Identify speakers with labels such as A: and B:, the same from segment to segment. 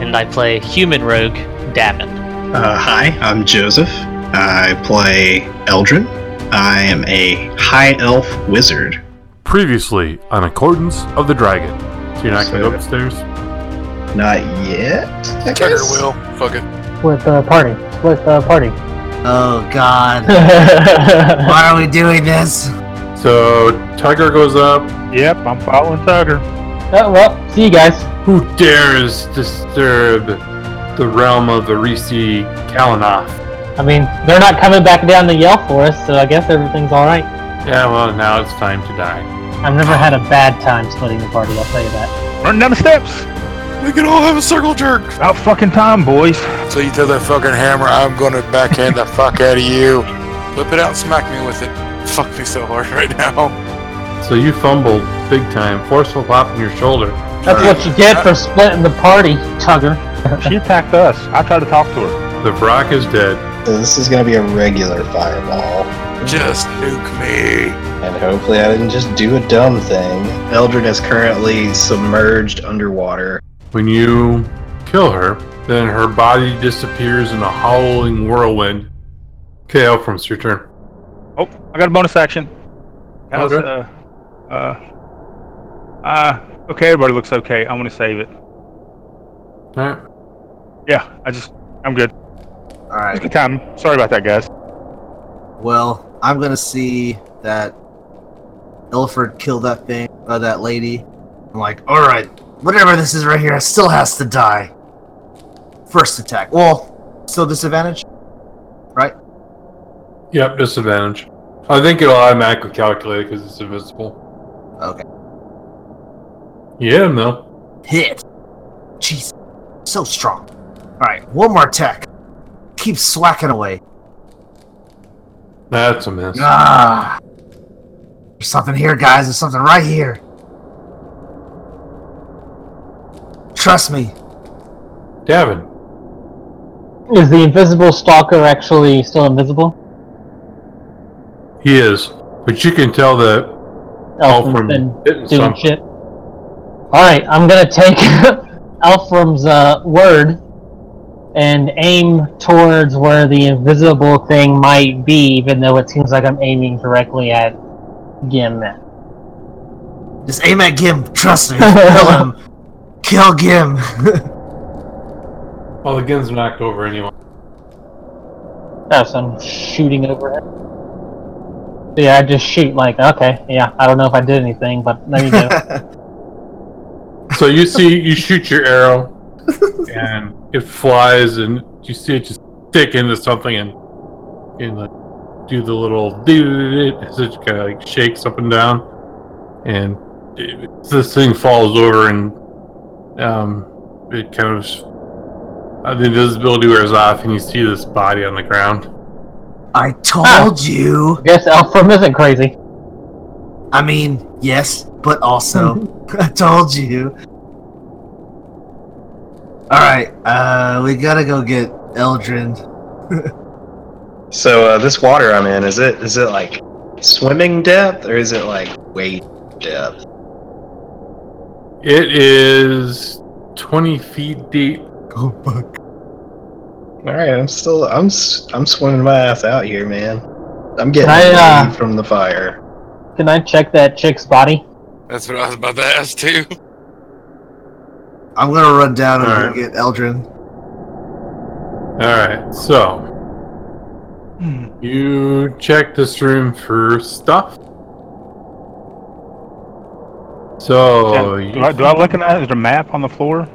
A: and I play human rogue Davin.
B: Uh, hi, I'm Joseph. I play Eldrin. I am a high elf wizard.
C: Previously on Accordance of the Dragon. So you're not going to go upstairs?
B: Not yet. I
D: Tugger
B: guess?
D: will. Fuck it.
E: with the party. With the party. Uh,
F: Oh God!
E: I
F: Why are we doing this?
C: So Tiger goes up.
G: Yep, I'm following Tugger.
E: Oh, well, see you guys.
C: Who dares disturb the realm of the Risi Kalanoth?
E: I mean, they're not coming back down to yell for us, so I guess everything's all right.
C: Yeah, well, now it's time to die.
E: I've never had a bad time splitting the party. I'll tell you that.
H: Run down the steps.
D: We can all have a circle jerk.
H: About fucking time, boys.
D: So you throw that fucking hammer, I'm gonna backhand the fuck out of you. Whip it out, smack me with it. Fuck me so hard right now.
C: So you fumbled big time, forceful pop in your shoulder.
E: That's what you get for splitting the party, Tugger.
H: She attacked us. I tried to talk to her.
C: The Brock is dead.
B: So This is gonna be a regular fireball,
D: Just nuke me.
B: and hopefully I didn't just do a dumb thing. Eldrin is currently submerged underwater.
C: When you kill her, then her body disappears in a howling whirlwind. Okay, Elfram, it's your turn.
H: Oh, I got a bonus action. That was,
C: Okay.
H: uh, uh, uh, okay, everybody looks okay. I'm gonna save it.
C: Alright.
H: Yeah, I just, I'm good.
F: All
H: It's
F: right.
H: good time. Sorry about that, guys.
F: Well, I'm gonna see that Ilford kill that thing, uh, that lady. I'm like, all right, whatever this is right here, it still has to die. First attack. Well, still disadvantage.
C: Yep, disadvantage. I think it'll automatically calculate because it's invisible.
F: Okay.
C: Yeah, no.
F: Hit. Jeez, so strong. All right, one more attack. Keep swacking away.
C: That's a miss.
F: Ah. There's something here, guys. There's something right here. Trust me.
C: Davin.
E: Is the invisible stalker actually still invisible?
C: He is. But you can tell that
E: Elfram's
C: Elfram
E: been
C: didn't
E: doing
C: some-
E: shit. Alright, I'm gonna take Elfram's uh, word and aim towards where the invisible thing might be, even though it seems like I'm aiming directly at Gim.
F: Just aim at Gim. Trust me. Kill him. Kill Gim.
C: Well, the gun's knocked over anyway.
E: Oh, so I'm shooting over him. So yeah, I just shoot like, okay, yeah, I don't know if I did anything, but there you go.
C: So you see, you shoot your arrow, and it flies, and you see it just stick into something, and and like do the little doo-doo-doo-doo as it kind of like shakes up and down, and it, this thing falls over, and um, it kind of uh, the invisibility wears off, and you see this body on the ground.
F: I told you.
E: Guess Elfram isn't crazy.
F: I mean, yes, but also, I told you. All right. Uh, we gotta go get Eldrin.
B: So uh, this water I'm in is it is it like swimming depth or is it like waist depth?
C: It is twenty feet deep.
F: Oh fuck.
B: All right, I'm still I'm s- I'm swimming my ass out here, man. I'm getting
E: I, uh,
B: away from the fire.
E: Can I check that chick's body?
D: That's what I was about to ask too.
F: I'm gonna run down and
C: All
F: go
C: right.
F: get Eldrin.
C: All right, so.
H: Hmm.
C: You check this room for stuff. So
H: Yeah.
C: Oh, you-
H: do, I, do I recognize? Is there a map on the floor?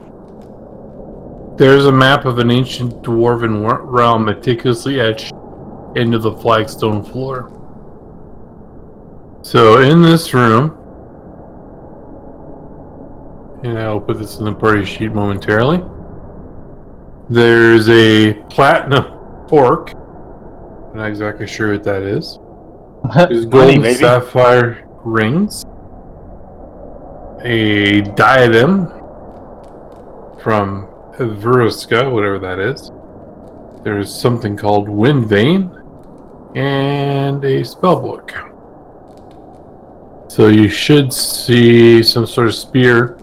C: there's a map of an ancient dwarven wor- realm meticulously etched into the flagstone floor. So in this room, and I'll put this in the party sheet momentarily. There's a platinum orc. I'm not exactly sure what that is. There's gold and
H: maybe?
C: sapphire rings. A diadem from Veruska, whatever that is. There's something called Wind Vein. And a spellbook. So you should see some sort of spear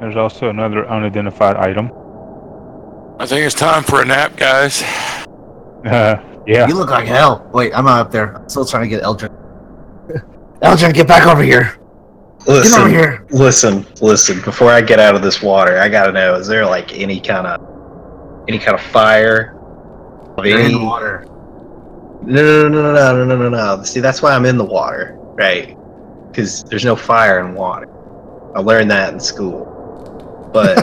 H: There's also another unidentified item.
D: I think it's time for a nap, guys.
H: Uh, yeah.
F: You look like hell. Wait, I'm not up there. I'm still trying to get Eldrin. Eldrin, get back over here. Get over
B: Listen,
F: here.
B: listen, listen. Before I get out of this water, I gotta know: is there like any kind of, any kind of fire? Of
F: You're in
B: any?
F: the
B: No,
F: water.
B: no, no, no, no, no, no, no, no. See, that's why I'm in the water, right? Because there's no fire in water. I learned that in school. But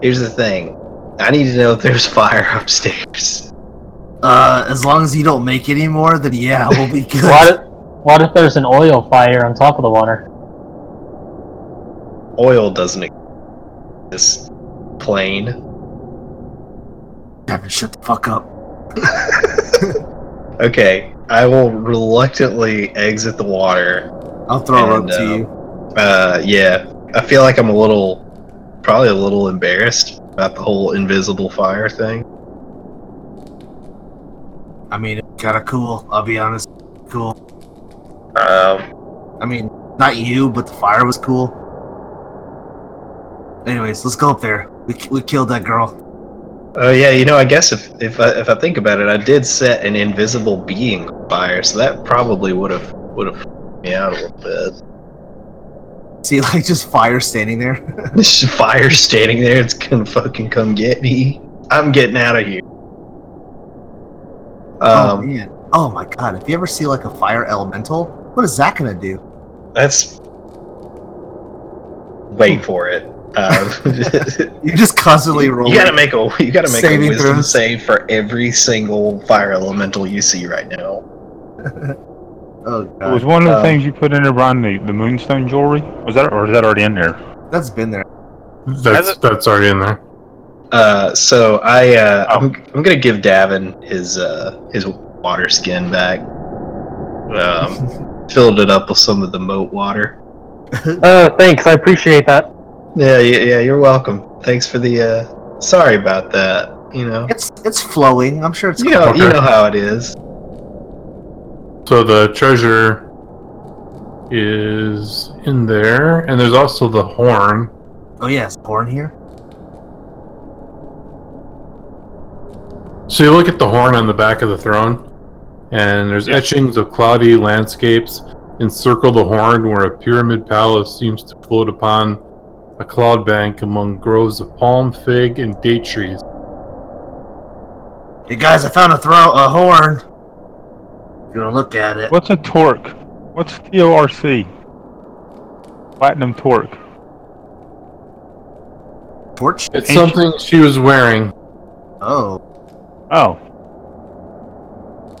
B: here's the thing: I need to know if there's fire upstairs.
F: Uh, as long as you don't make any more, then yeah, we'll be good.
I: What if, what if there's an oil fire on top of the water?
B: Oil doesn't exist. Plain.
F: Kevin, shut the fuck up.
B: Okay, I will reluctantly exit the water
F: I'll throw a rope
B: And,
F: to
B: uh,
F: you.
B: Uh, yeah. I feel like I'm a little, probably a little embarrassed about the whole invisible fire thing.
F: I mean, it's kind of cool. I'll be honest. Cool.
B: Um,
F: I mean, not you, but the fire was cool. Anyways, let's go up there. We, ki- we killed that girl.
B: oh yeah, you know, I guess if if I, if I think about it, I did set an invisible being on fire, so that probably would have would have me out a little
F: See, like, just fire standing there.
B: bit. This fire standing there, it's gonna fucking come get me. I'm getting out of here.
F: oh,
B: Um,
F: man. Oh, my God. If you ever see, like, a fire elemental, what is that going to do?
B: that's
F: Hmm.
B: wait for it. Um,
F: You're just constantly rolling.
B: You gotta make a you gotta make
F: Saving
B: a wisdom
F: throws.
B: save for every single fire elemental you see right now.
F: Oh,
H: It was
F: God.
H: one of the
B: Um,
H: things you put in there, Brian, the, the moonstone jewelry? Was that, or is that already in there?
F: That's been there.
C: That's that's already in there.
B: Uh, so I uh, I'm, I'm gonna give Davin his uh his water skin back. Um, filled it up with some of the moat water.
I: Oh, thanks. I appreciate that.
B: Yeah, yeah, yeah you're welcome. Thanks for the uh. Sorry about that. You know,
F: It's it's flowing. I'm sure it's
B: you know, you
C: Okay.
B: know how it is.
C: So the treasure is in there, and there's also the horn.
F: Oh, yeah. It's pouring here.
C: So you look at the horn on the back of the throne, and there's etchings of cloudy landscapes encircle the horn, where a pyramid palace seems to float upon a cloud bank among groves of palm, fig, and date trees.
F: Hey, guys, I found a throw a horn. You're gonna look at it.
H: What's a torque? What's TORC? Platinum torque.
F: Torch?
C: It's
H: Ancient-
C: something she was wearing.
F: Oh.
H: Oh,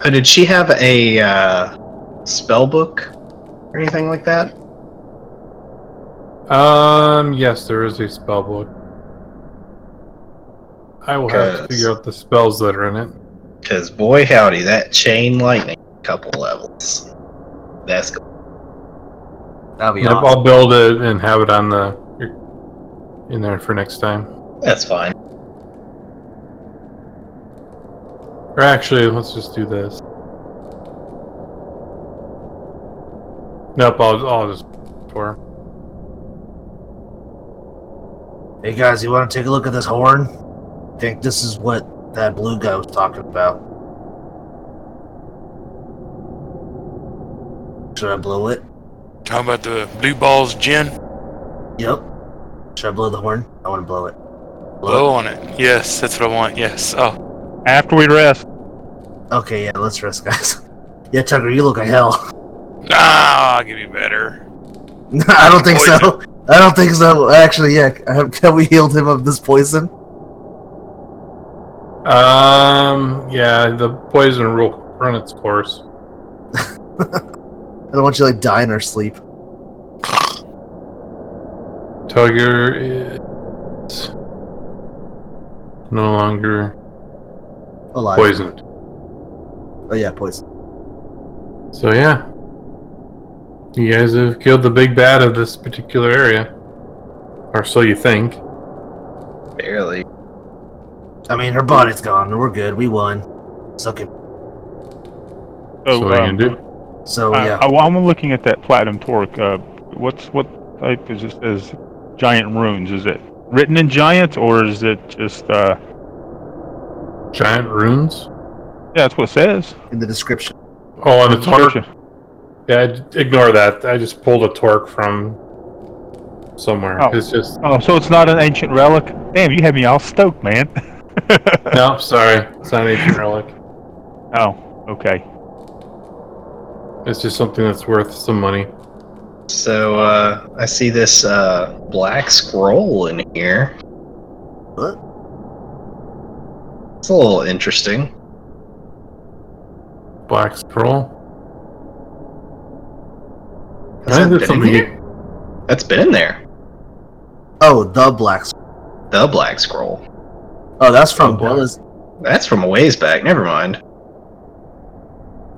B: Uh, did she have a uh, spell book or anything like that?
C: Um, yes, there is a spell book. I will have to
B: Cause-
C: figure out the spells that are in it.
B: Cause boy howdy, that chain lightning couple levels. That's cool.
F: That'll be
C: Yep,
F: awesome.
C: I'll build it and have it on the in there for next time.
B: that's fine.
C: Or actually, let's just do this. Nope, I'll, I'll just for
F: Hey guys, you wanna take a look at this horn? I think this is what that blue guy was talking about. Should I blow it?
D: Talking about the blue balls gin.
F: Yep. Should I blow the horn? I wanna blow it.
D: Blow on it. Yes, that's what I want. Yes. Oh,
H: after we rest.
F: Okay, yeah, let's rest, guys. Yeah, Tucker, you look like hell.
D: nah, Ah, I'll give you better.
F: No, I don't think so. I don't think so. Actually, yeah, have we healed him of this poison?
C: Um, yeah, the poison will run its course.
F: I don't want you to like die in our sleep.
C: Tugger is no longer
F: Alive.
C: poisoned.
F: Oh yeah, poison.
C: So yeah, you guys have killed the big bad of this particular area, or so you think.
B: Barely.
F: I mean, her body's gone. We're good. We won. Suck it.
C: So what are you
H: um,
C: gonna do?
F: So
H: I,
F: yeah,
H: I, am looking at that platinum torque. Uh, what's what type is this? Is giant runes? Is it written in giant or is it just? Uh,
C: Giant runes?
H: yeah, that's what it says.
F: in the description.
C: Oh, on the torque.
H: Description.
C: Yeah, d- ignore that. I just pulled a torque from somewhere.
H: Oh.
C: It's just
H: Oh, so it's not an ancient relic. Damn, you had me all stoked, man.
C: no. Sorry, it's not an ancient relic.
H: oh, okay.
C: It's just something that's worth some money.
B: So uh, I see this uh, black scroll in here.
F: What?
B: It's a little interesting.
C: Black scroll.
B: Has
C: I think there's
B: that been in
C: something.
B: there?
C: you-
B: That's been in there.
F: Oh, the black. Swan.
B: The black scroll.
F: Oh, that's from
C: The Black-
F: Bella's.
B: That's from a ways back. Never mind.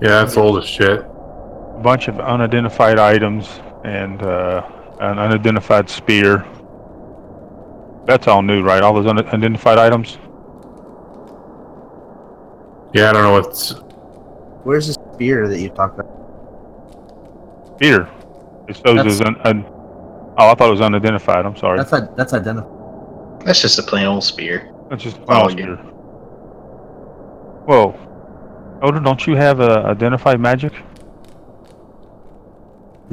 C: Yeah, that's old as shit.
H: A bunch of unidentified items and uh, an unidentified spear. That's all new, right? All those unidentified items.
C: Yeah, I don't know what's.
F: Where's the spear that you talked about?
H: Spear. It shows
F: That's-
H: as un, un- Oh, I thought it was unidentified. I'm sorry.
F: That's a, that's identified.
B: That's just a plain old spear.
H: That's just a
B: Oh,
H: mouse
B: yeah.
H: ear. Whoa. Oda, don't you have uh, identify magic?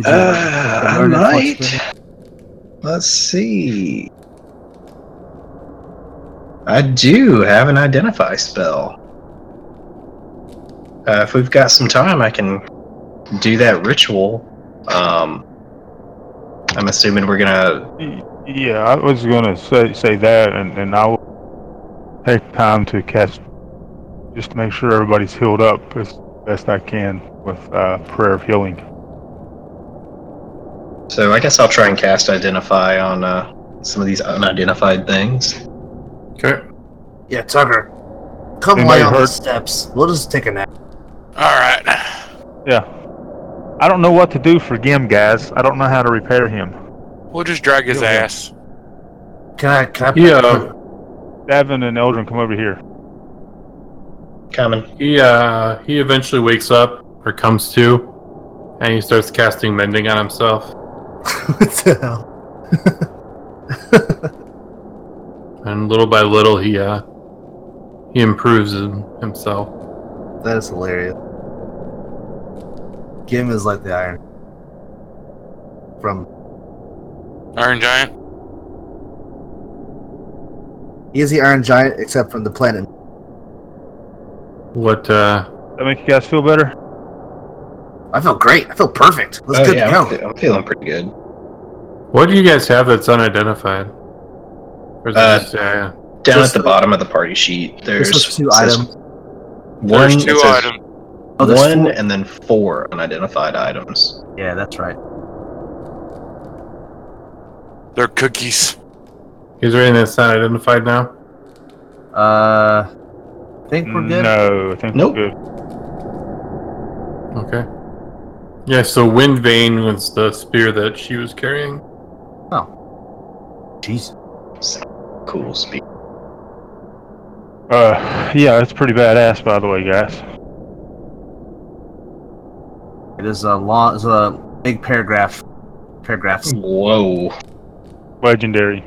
B: Uh, I
F: Learn it
B: might.
F: forcefully.
B: Let's see. I do have an identify spell. Uh, if we've got some time, I can do that ritual. Um, I'm assuming we're gonna.
H: Y- Yeah, I was gonna say say that, and, and I will take time to cast, just to make sure everybody's healed up as best I can with uh, prayer of healing.
B: So I guess I'll try and cast identify on uh, some of these unidentified things.
C: Okay.
F: Yeah, Tucker, come
H: Anybody
F: lay on the
H: hurt?
F: steps. We'll just take a nap.
D: All right.
H: Yeah, I don't know what to do for Gim, guys. I don't know how to repair him.
D: We'll just drag his
H: Yeah, yeah.
D: ass.
F: Can I? Can I
C: Yeah.
H: Davin and Eldrin, come over here.
B: Common.
C: He uh he eventually wakes up or comes to, and he starts casting mending on himself.
F: what the hell?
C: and little by little he uh he improves him, himself.
F: That is hilarious. Gim is like the iron from.
D: Iron Giant.
F: He is the Iron Giant, except from the planet.
C: What uh
H: That make you guys feel better?
F: I feel great. I feel perfect. Let's
B: oh
F: good
B: yeah, I'm,
F: to
B: fe- I'm feeling pretty good.
C: what do you guys have that's unidentified? Or is it
B: Uh,
C: just, uh,
B: Down
F: Just
B: at the
F: the-
B: bottom of the party sheet,
F: go.
B: there's
F: This was two
B: it says
F: items.
B: One,
D: There's
B: it
D: two
B: says
D: items.
F: Oh, there's
B: one
F: four.
B: and then four unidentified items.
F: Yeah, that's right.
D: They're cookies.
C: he's reading that's not identified now?
F: Uh, I think we're good.
H: No, I think
B: Nope.
H: we're good.
C: Okay. Yeah, so Wind Vane was the spear that she was carrying.
F: Jeez.
B: Cool speed.
H: Uh, yeah, it's pretty badass, by the way, guys.
F: It is a long. It's a big paragraph. Paragraphs.
B: Whoa.
H: Legendary.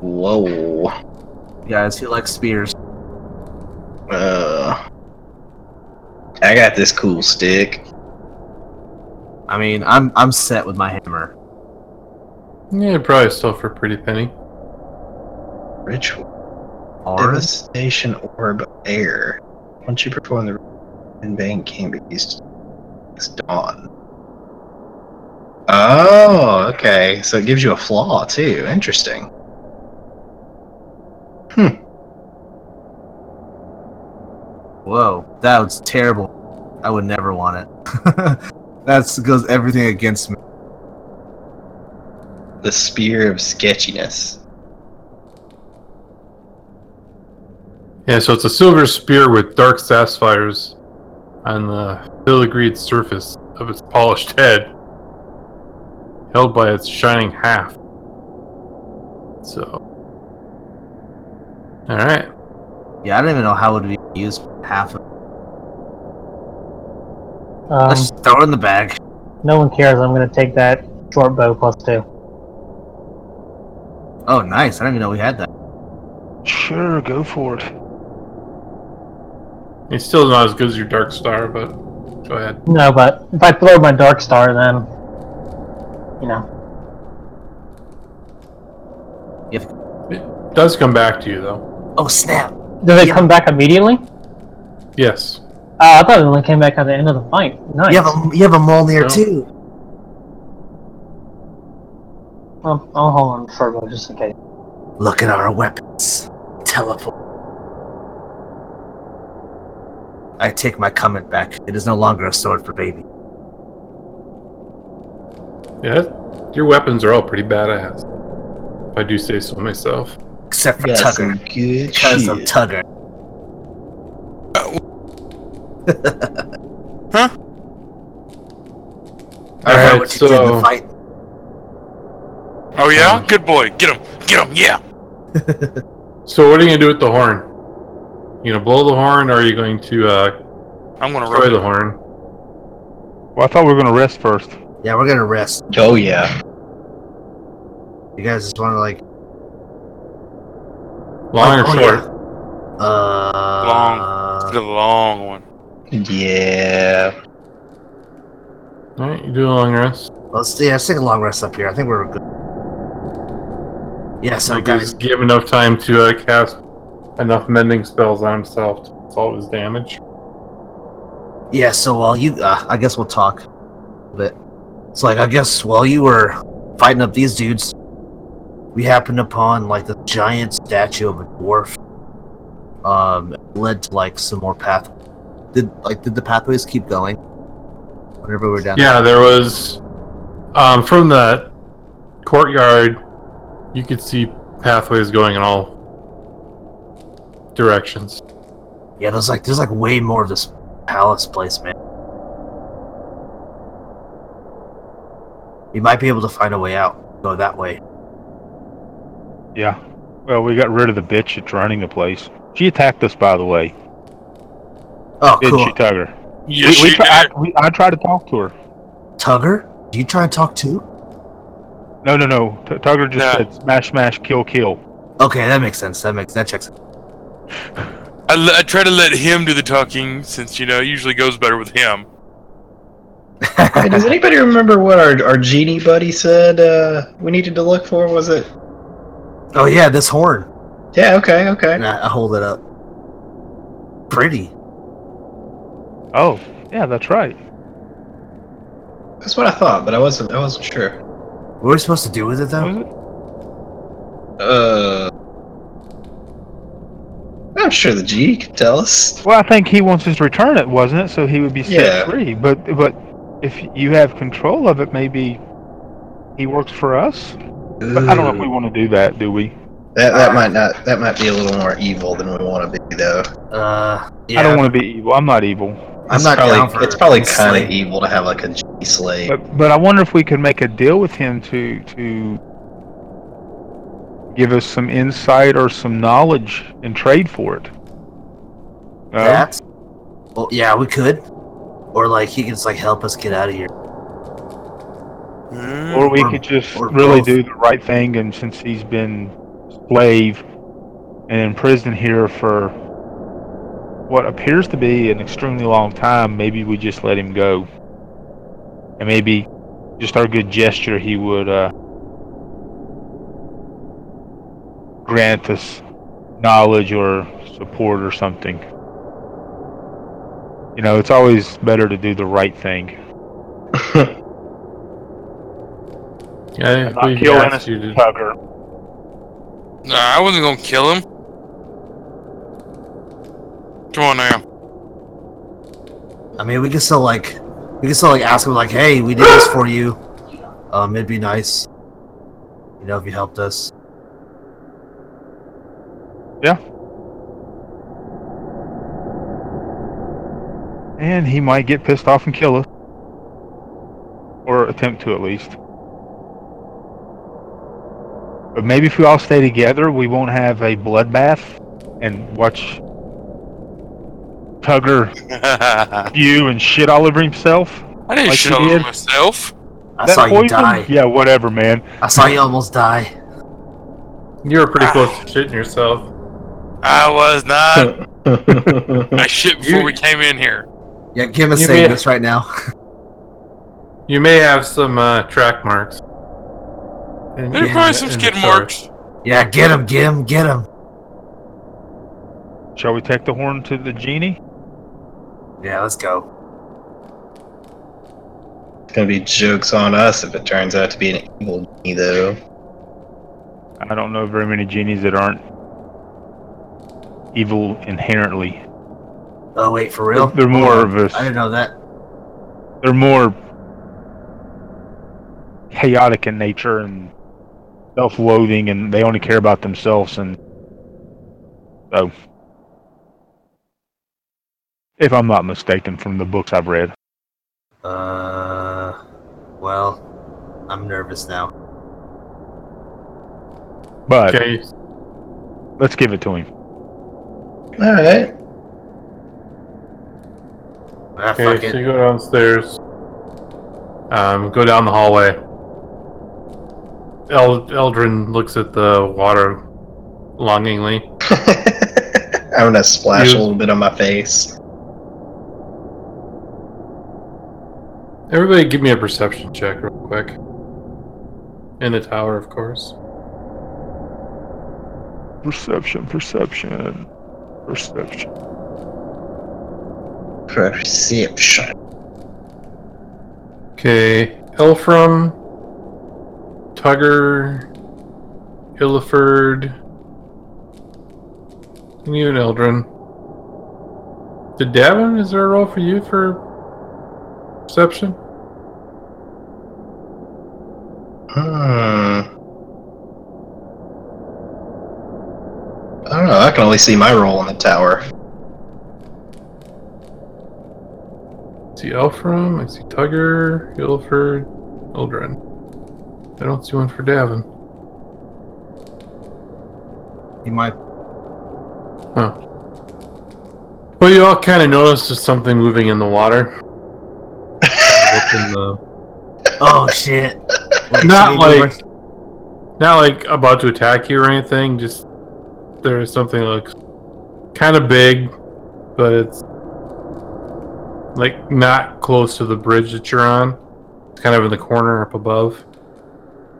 B: Whoa.
F: Guys who like spears.
B: Uh, I got this cool stick.
F: I mean, I'm I'm set with my hammer.
C: Yeah, it'd probably sell for a pretty penny.
B: Ritual.
F: Or
B: Devastation orb of air. Once you perform the ritual, in vain can be used. It's dawn. Oh, okay. So it gives you a flaw too. Interesting.
F: whoa, that was terrible. I would never want it. That's goes everything against me.
B: The spear of sketchiness.
C: Yeah, so it's a silver spear with dark sapphires on the filigreed surface of its polished head, held by its shining half. So, all right,
F: Yeah, I don't even know how it would be used. for Half of
I: Um,
F: Let's just throw it in the bag.
I: no one cares. I'm gonna take that short bow plus two.
F: Oh, nice. I didn't even know we had that.
G: Sure, go for it.
C: it's still not as good as your dark star, but go ahead.
I: No, but if I throw my dark star, then you know.
C: It does come back to you though.
F: Oh, snap.
I: Does it
F: Yeah.
I: come back immediately?
C: Yes.
I: Uh, I thought it only came back at the end of the fight. Nice.
F: You have a you have a Mjolnir
C: No.
F: too.
I: I'll, I'll hold on for a moment, just in case.
F: Look at our weapons. Teleport. I take my comment back. It is no longer a sword for baby.
C: Yeah, your weapons are all pretty badass. If I do say so myself.
F: Except for
B: Got some
F: Tugger.
B: good
F: Because of
B: shit.
F: Tugger.
D: Huh?
C: All
F: I heard
C: right,
F: what you did in
C: so-
F: the fight.
D: Oh yeah, good boy. Get him. Get him. Yeah.
C: So what are you gonna do with the horn? You gonna blow the horn, or are you going to uh,
D: I'm gonna
C: destroy
D: roll.
C: the horn?
H: Well, I thought we were gonna rest first.
F: Yeah, we're gonna rest.
B: Oh yeah.
F: You guys just wanna like
C: Long or
F: Oh,
C: short?
F: yeah. Uh
D: Long. The long one.
B: Yeah.
C: All right, you do a long rest.
F: Let's yeah, let's take a long rest up here. I think we're good. Yeah, so
C: So guys
F: guys
C: give enough time to uh, cast enough mending spells on himself to solve his damage.
F: Yeah, so while you, uh, I guess we'll talk a bit. It's like, I guess while you were fighting up these dudes, we happened upon like the giant statue of a dwarf. Um, led to like some more path. Did like did the pathways keep going? Whenever we were down.
C: Yeah, there was um, from the courtyard. You could see pathways going in all directions.
F: Yeah, there's like there's like way more of this palace place, man. We might be able to find a way out. Go that way.
H: Yeah. Well, we got rid of the bitch that's running the place. She attacked us, by the way.
F: Oh,
H: Didn't
F: cool.
H: she, Tugger?
D: Yes,
H: we, we,
D: she
H: tr- I,
D: did.
H: we, I tried to talk to her.
F: Tugger, do you try and talk too?
H: No, no, no. T- Tugger just
D: Yeah.
H: said smash, smash, kill, kill.
F: Okay, that makes sense. That makes that checks. out.
D: I, le- I try to let him do the talking since you know it usually goes better with him.
B: Hey, does anybody remember what our, our genie buddy said uh, we needed to look for? Was it?
F: Oh yeah, this horn.
B: Yeah. Okay. Okay.
F: And I, I hold it up. Pretty.
H: Oh, yeah, that's right.
B: That's what I thought, but I wasn't. I wasn't sure.
F: What are we supposed to do with it though?
H: What was
B: Uh. I'm sure the genie could tell us.
H: it? Well, I think he wants us to return it, wasn't it? So he would be set
B: Yeah.
H: free. But but if you have control of it, maybe he works for us. But I don't know if we
F: Hmm.
H: want to do that, do we?
B: That that might not. That might be a little more evil than we want to be, though.
F: Uh, yeah.
H: I don't want to be evil. I'm not evil.
F: I'm
B: It's
F: not
B: probably,
F: down for
B: It's probably kind
F: slave.
B: of evil to have like a genie slave.
H: But but I wonder if we could make a deal with him to to give us some insight or some knowledge and trade for it. No?
F: That's. Well, yeah, we could. Or like he can just like help us get out of here.
H: or we
F: or-
H: could just
F: or
H: really
F: both.
H: do the right thing and since he's been slave and in prison here for what appears to be an extremely long time maybe we just let him go and maybe just our good gesture he would uh, grant us knowledge or support or something you know it's always better to do the right thing
C: Yeah,
H: Not
C: we
H: kill
C: asked you to-
H: Tucker.
D: Nah, I wasn't gonna kill him. Come on now.
F: I mean, we could still like, we could still like ask him like, hey, we did this for you. Um, it'd be nice, you know, if you helped us.
H: Yeah. And he might get pissed off and kill us. Or attempt to at least. But maybe if we all stay together, we won't have a bloodbath and watch Tugger
D: I
H: you and shit all over himself.
D: didn't
H: Like
D: shit
H: you
D: all over
H: did.
D: myself.
F: I
H: That
F: saw you
H: poison?
F: die.
H: Yeah, whatever, man.
F: I saw you almost die.
C: You were pretty
F: Ah.
C: close to shitting yourself.
D: I was not. I
B: That's
D: shit before we came in here.
F: Yeah, Kim is
C: You
F: saying
C: may-
F: this right now.
C: You may have some uh, track marks. And,
D: There's probably some skid marks.
F: yeah, get him, get him, get him.
H: Shall we take the horn to the genie?
F: Yeah, let's go.
B: gonna be jokes on us if it turns out to be an evil genie, though.
H: I don't know very many genies that aren't evil inherently.
F: Oh wait, for real?
H: They're more of
F: I
H: a
F: didn't know that.
H: they're more chaotic in nature and self-loathing, and they only care about themselves. And so, if I'm not mistaken, from the books I've read,
F: Uh, well, I'm nervous now.
H: but
C: Okay,
H: let's give it to him.
B: All right.
F: Ah, fuck
C: okay so
F: it.
C: you go downstairs. Um, go down the hallway. El- Eldrin looks at the water longingly.
B: I'm gonna splash a
C: You-
B: little bit on my face.
C: Everybody, give me a perception check real quick. In the tower, of course.
H: Perception, perception, perception.
B: Perception.
C: Okay, Elfram, Tugger, Illiford, and you and Eldrin. Did Davin, is there a role for you for perception?
B: Hmm. I don't know. I can only see my role in the tower.
C: I see Elfram, I see Tugger, Illiford, Eldrin. I don't see one for Davin.
F: You might.
C: Well, you all kind of noticed there's something moving in the water. Look in the-
F: Oh shit. Wait,
C: Not
F: so you-
C: like- not like about to attack you or anything. Just there is something that looks kind of big, but it's like not close to the bridge that you're on. It's kind of in the corner up above,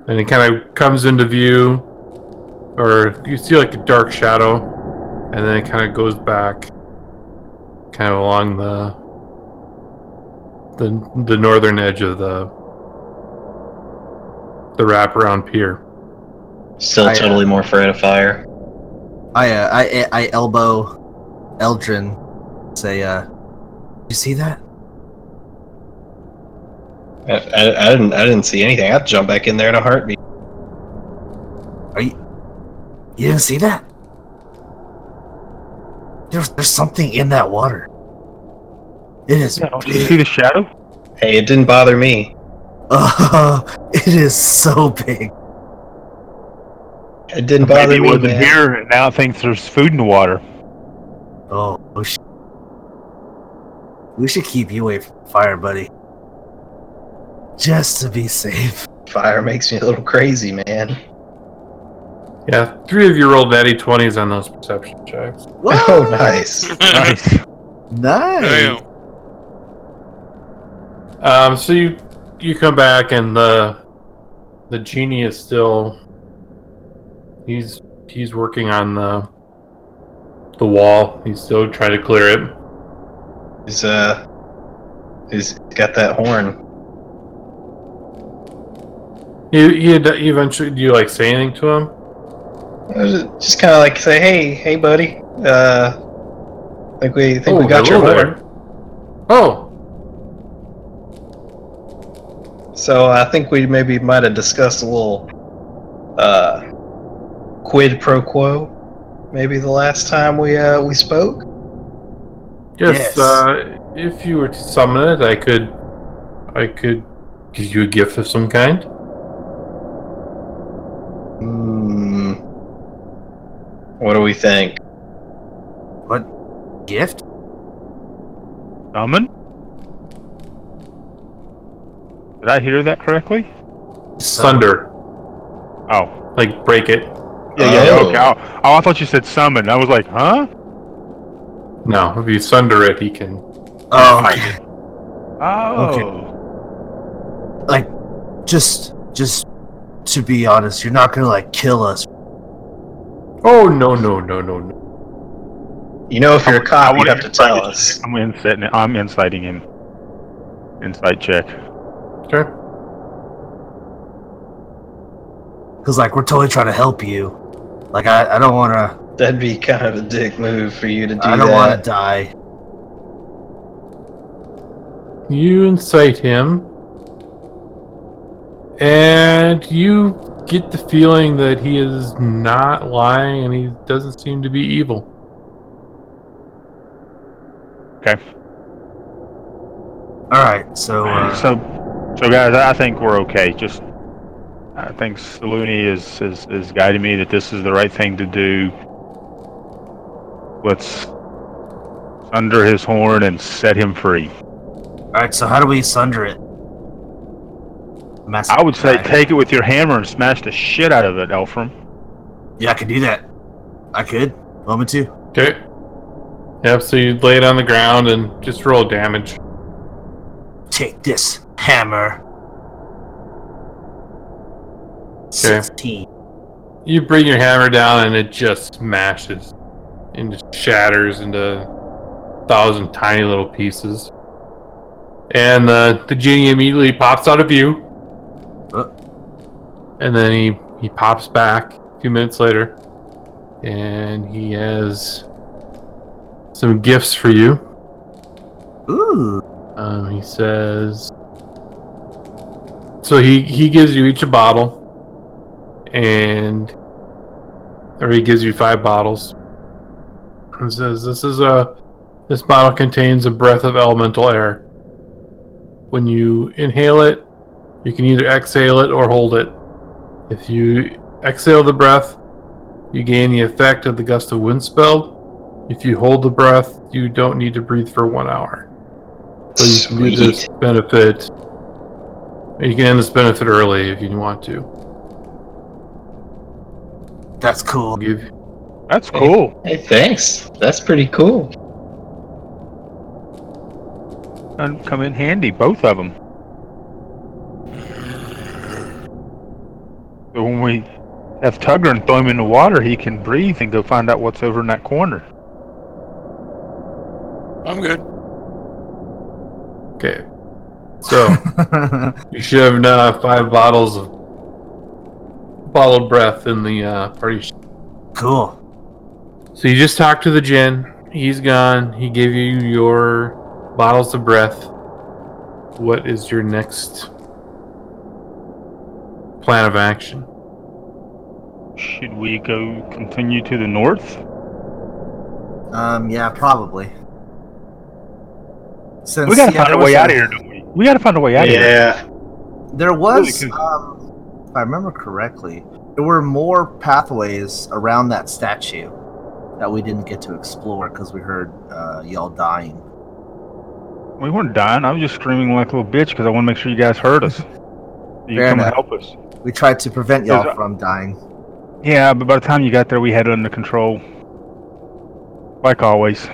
C: and it kind of comes into view, or you see like a dark shadow, and then it kind of goes back, kind of along the the the northern edge of the the wraparound pier.
B: Still
F: I, uh,
B: totally more afraid of fire.
F: I, uh, I, I, I elbow Eldrin. Say, uh, you see that?
B: I, I, I didn't. I didn't see anything. I'd jump back in there in a heartbeat.
F: You didn't see that? There's, there's something in that water. It is
H: Yeah, don't you see
F: big.
H: the shadow?
B: Hey, it didn't bother me.
F: Uh, it is so big.
B: It didn't bother
H: Maybe it
B: me.
H: wasn't
B: man.
H: here, and now it thinks there's food in the water.
F: Oh, oh sh- we should keep you away from fire, buddy. Just to be safe.
B: Fire makes me a little crazy, man.
C: Yeah, three of you rolled natty 20s on those perception checks.
B: Oh, nice.
H: Nice.
F: Nice.
D: Damn.
C: Um, so you you come back and the the genie is still he's he's working on the the wall. He's still trying to clear it.
B: He's uh, he's got that horn.
C: You you d- you eventually do you like say anything to him?
B: Just kind of like say, hey, hey, buddy. Uh, think we think we got your
C: Oh, hello
B: horn.
C: there. Oh,
B: So uh, I think we maybe might have discussed a little uh, quid pro quo, maybe the last time we uh, we spoke.
C: yes.
F: Yes.
C: Uh, if you were to summon it, I could, I could give you a gift of some kind.
B: Hmm. What do we think?
F: Gift?
H: Summon? Did I hear that correctly?
C: Thunder,
H: Oh.
C: like break it.
H: Yeah, yeah,
B: Oh.
H: okay. Oh, oh, I thought you said summon. I was like, huh?
C: No, if you sunder it, he can.
F: Oh,
H: Oh.
F: just, just to be honest, you're not gonna like kill us.
C: Oh no no no no no!
B: You know, if you're a
H: I
B: cop, you
H: would've
B: have to tell us.
H: I'm inciting. I'm inciting him. Insight check.
C: Okay.
F: Cause like we're totally trying to help you. Like I, I don't wanna,
B: That'd be kind of a dick move for you to do
F: I don't wanna
B: that.
F: die.
C: You incite him, and you get the feeling that he is not lying and he doesn't seem to be evil.
F: All right, so uh,
H: So, so guys, I think we're okay. Just, I think Saluni is, is is guiding me that this is the right thing to do. Let's under his horn and set him free.
F: all right, so how do we sunder it? Massive
H: I would say
F: guy.
H: take it with your hammer and smash the shit out of it, Elfram.
F: yeah, I could do that. I could. Want me to?
C: Okay. Yep. So you lay it on the ground and just roll damage.
F: Take this hammer. Sixteen.
C: You bring your hammer down and it just smashes into shatters into a thousand tiny little pieces. And uh, the genie immediately pops out of view.
F: Uh.
C: And then he, he pops back a few minutes later. And he has some gifts for you.
F: Ooh.
C: Um, he says. So he he gives you each a bottle, and or he gives you five bottles. And says this is a this bottle contains a breath of elemental air. When you inhale it, you can either exhale it or hold it. If you exhale the breath, you gain the effect of the gust of wind spell. If you hold the breath, you don't need to breathe for one hour. So you can do this
B: Sweet.
C: benefit. You can end this benefit early if you want to.
F: That's cool.
C: I'll give
H: That's cool.
B: Hey, thanks. That's pretty cool.
H: And come in handy, both of them. So when we have Tugger and throw him in the water, he can breathe and go find out what's over in that corner.
D: I'm good.
C: okay. So you should have uh, five bottles of bottled breath in the uh, party. sh-
F: cool.
C: So you just talked to the gin. He's gone. He gave you your bottles of breath. What is your next plan of action?
H: Should we go continue to the north?
F: Um, yeah, probably. Since
H: We gotta
F: yeah,
H: find
F: there
H: a
F: was
H: way out of here, don't we? We gotta find a way out of here.
B: Yeah.
F: There was,
H: Really
F: um, if I remember correctly, there were more pathways around that statue that we didn't get to explore because we heard uh, y'all dying.
H: We weren't dying. I was just screaming like a little bitch because I want to make sure you guys heard us. You
F: Fair
H: come and
F: enough.
H: help us.
F: We tried to prevent y'all
H: There's a-
F: from dying.
H: Yeah, but by the time you got there, we had it under control. Like always.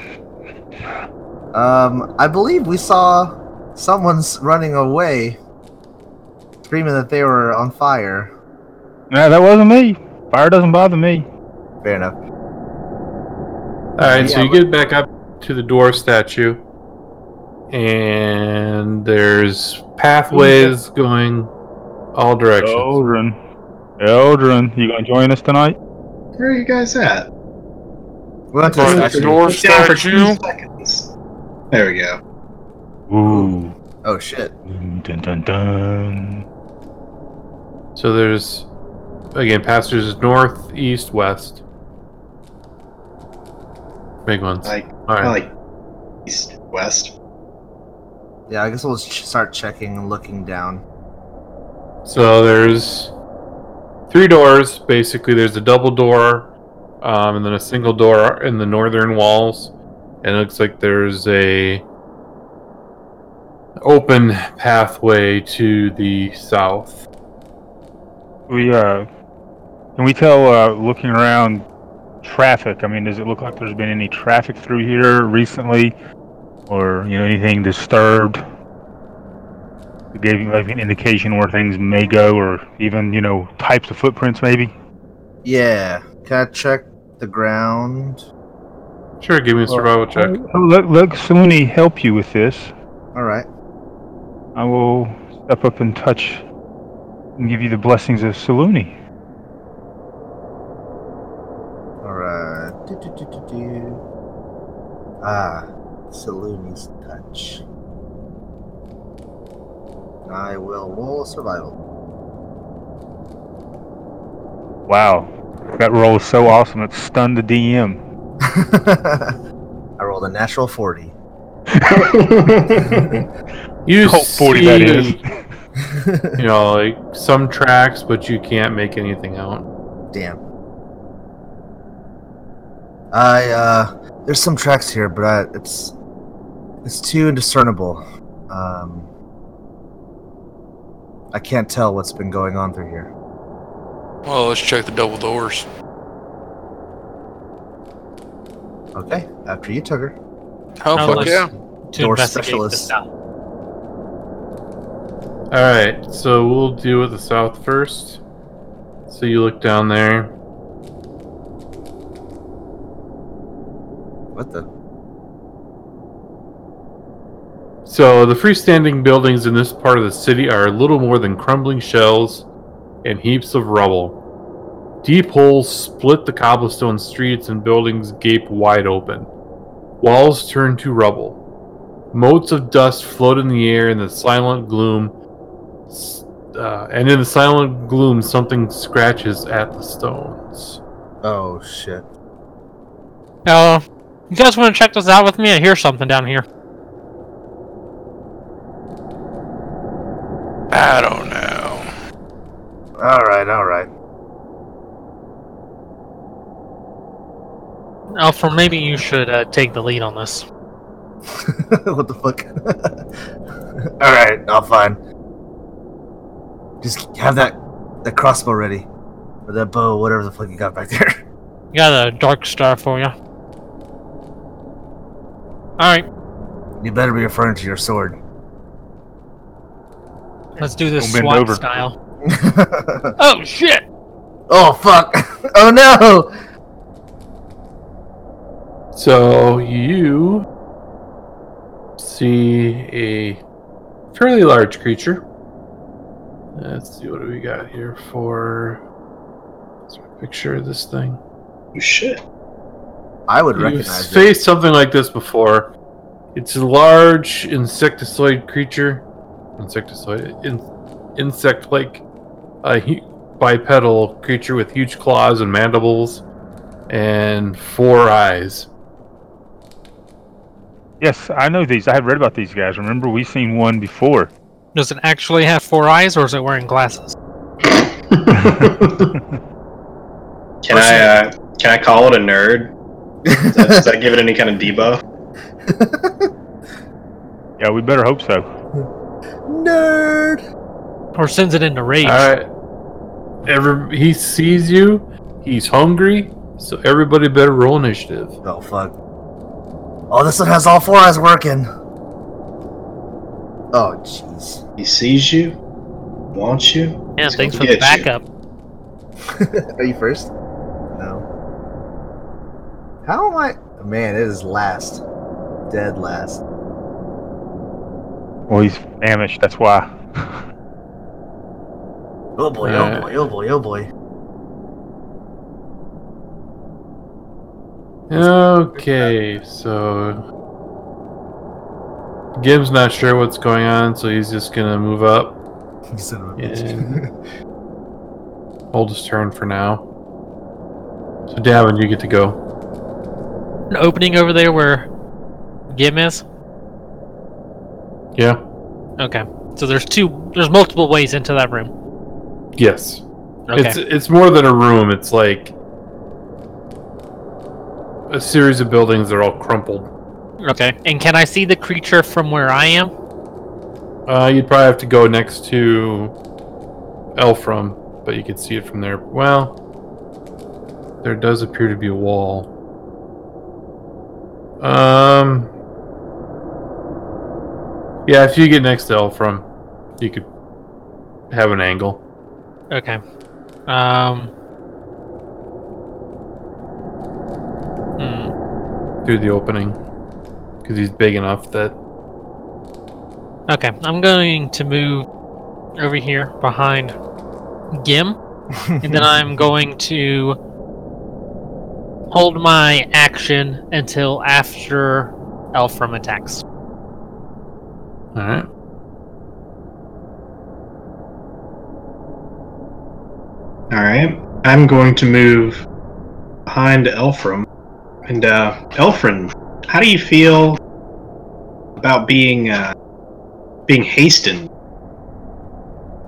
F: Um, I believe we saw someone's running away, screaming that they were on fire.
H: Nah, that wasn't me. Fire doesn't bother me.
F: Fair enough.
C: All right, so
F: Yeah,
C: you get back up to the dwarf statue, and there's pathways going all directions.
H: Eldrin. Eldrin, you gonna join us tonight?
B: Where are you guys at?
F: We went to
D: Or
F: the
D: the
F: statue.
D: dwarf statue.
B: Seconds. There we go.
H: Ooh.
F: Oh shit!
H: Dun dun dun.
C: So there's again passages north, east, west. Big ones.
B: Like,
C: all right,
B: like east, west.
F: Yeah, I guess we'll ch- start checking and looking down.
C: So there's three doors. Basically, there's a double door, um, and then a single door in the northern walls. And it looks like there's a open pathway to the south.
H: We uh, can we tell uh, looking around traffic? I mean, does it look like there's been any traffic through here recently, or you know anything disturbed? It Gave you like an indication where things may go, or even you know types of footprints maybe.
F: Yeah, can I check the ground?
C: Sure, give me a survival check.
H: Oh, Let, let Saluni help you with this.
F: All right.
H: I will step up and touch and give you the blessings of Saluni.
F: All right. Do, do, do, do, do. Ah, Saluni's touch. I will roll survival.
H: Wow. That roll is so awesome. It stunned the DM.
F: I rolled a natural 40.
C: You
H: Cult 40 Oh, that is.
C: see, you know, like some tracks, but you can't make anything out.
F: Damn. I uh there's some tracks here, but I, it's it's too indiscernible. Um I can't tell what's been going on through here.
D: Well, let's check the double doors.
F: Okay, after you, Tugger.
D: Oh,
E: Now
D: fuck
E: let's-
D: yeah.
E: To
F: Door
E: investigate the
F: specialist.
E: south.
C: All right, so we'll deal with the south first. So you look down there.
F: What the?
C: So the freestanding buildings in this part of the city are little more than crumbling shells and heaps of rubble. Deep holes split the cobblestone streets and buildings gape wide open. Walls turn to rubble. Motes of dust float in the air in the silent gloom. S- Uh, and in the silent gloom, something scratches at the stones.
F: Oh shit.
E: Uh, you guys want to check this out with me? I hear something down here.
D: I don't know.
F: All right, all right.
E: Alfred, Oh, maybe you should uh, take the lead on this.
F: what the fuck? all right, I'll find. Just have that that crossbow ready, or that bow, whatever the fuck you got back there.
E: You got a dark star for you. Alright,
F: you better be referring to your sword.
E: let's do this
H: Don't bend
E: SWAT
H: over.
E: style. Oh shit!
F: Oh fuck! Oh no!
C: So you see a fairly large creature. Let's see what do we got here for is there a picture of this thing.
B: Oh, shit.
F: I would
C: You've
F: recognize it.
C: faced something like this before. It's a large insectoid creature, insectoid, in, insect-like, a hu- bipedal creature with huge claws and mandibles, and four eyes.
H: Yes, I know these. I had read about these guys. Remember, we seen one before.
E: Does it actually have four eyes or is it wearing glasses?
B: Can I uh, can I call it a nerd? Does that, does that give it any kind of debuff?
H: yeah, we better hope so.
F: Nerd.
E: Or sends it into rage?
C: All right. Every he sees you, he's hungry, so everybody better roll initiative.
F: Oh fuck. Oh, this one has all four eyes working. Oh jeez.
B: He sees you, wants you.
E: yeah,
B: he's
E: thanks
B: gonna
E: for the
B: get you.
E: backup.
F: Are you first? No. How am I? Man, it is last. Dead last.
H: Well, he's famished. That's why.
F: Oh boy!
C: Uh,
F: Oh boy! Oh boy! Oh boy!
C: Okay, so Gim's not sure what's going on, so he's just gonna move up,
F: You son of a
C: Yeah.
F: bitch.
C: hold his turn for now. So Davin, you get to go.
E: An opening over there where Gim is?
C: Yeah.
E: Okay. So there's two. There's multiple ways into that room.
C: Yes.
E: Okay.
C: It's it's more than a room. It's like a series of buildings that are all crumpled.
E: okay. And can I see the creature from where I am?
C: Uh, you'd probably have to go next to Elfrum, but you could see it from there. Well, there does appear to be a wall. Um. Yeah, if you get next to Elfrum, you could have an angle.
E: Okay. Um. Hmm.
C: through the opening because he's big enough that
E: Okay. I'm going to move over here behind Gim, and then I'm going to hold my action until after Elfram attacks.
C: all right
B: All right. I'm going to move behind Elfram. And uh, Elfrin, how do you feel about being uh, being hastened?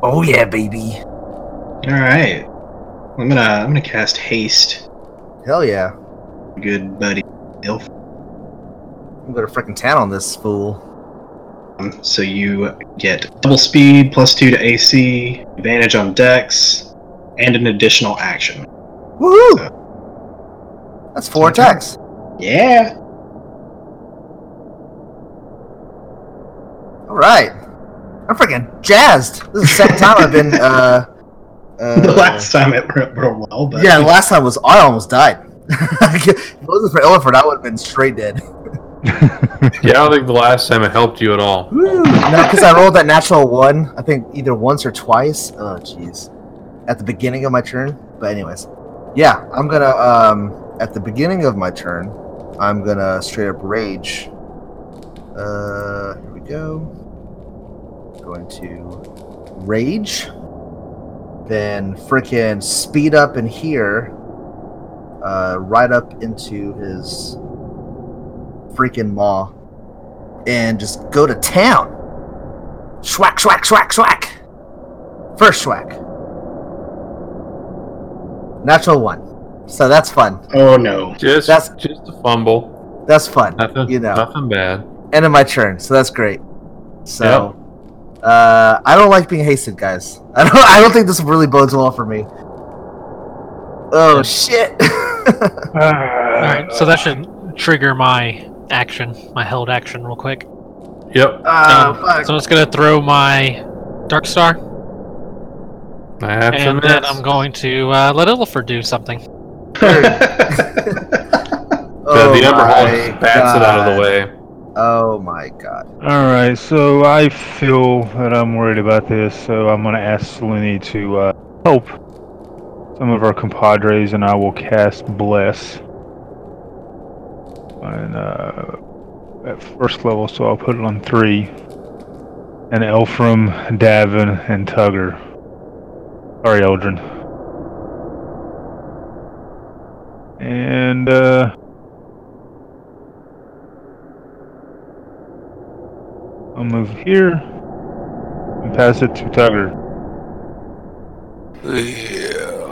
F: Oh yeah, baby.
B: All right. I'm gonna I'm gonna cast haste,
F: Hell yeah.
B: good buddy Elf.
F: I'm gonna freaking tan on this fool.
B: Um, So you get double speed, plus two to AC, advantage on Dex, and an additional action.
F: Woohoo! That's four attacks.
B: Yeah.
F: All right. I'm freaking jazzed. This is the second time I've been. Uh, uh,
B: the last time it went real well, but
F: Yeah, the last time was I almost died. if it wasn't for Illiford, I would have been straight dead.
C: yeah i don't think the last time it helped you at all
F: Woo! No, because I rolled that natural one. I think either once or twice. Oh, jeez. At the beginning of my turn. But anyways, yeah, I'm gonna um at the beginning of my turn, I'm gonna straight up rage. Uh, here we go. Going to rage. Then freaking speed up in here. Uh, right up into his freaking maw and just go to town. Schwack, schwack, schwack, schwack. First schwack. Natural one. So that's fun.
B: oh no.
C: just
F: That's-
C: just a fumble
F: That's fun.
C: nothing
F: You know.
C: nothing bad
F: End of my turn. So that's great. So, uh, I don't like being hasted, guys. I don't. I don't think this really bodes well for me. Oh shit.
E: All right. So that should trigger my action, my held action, real quick.
C: yep
F: Ah,
E: Um,
F: fuck.
E: So it's gonna throw my dark star,
C: i have to
E: and
C: admit
E: then I'm going to uh, let Illiford do something.
C: that the ember
F: Oh my
C: hole bats it out of
F: God.
C: the way
F: Oh my god.
H: All right, so I feel that I'm worried about this, so I'm going to ask Saluni to uh, help some of our compadres, and I will cast Bless. And uh, at first level, so I'll put it on three. And Elfram, Davin, and Tugger. Sorry, Eldrin. And uh, I'll move here and pass it to Tugger.
D: Yeah.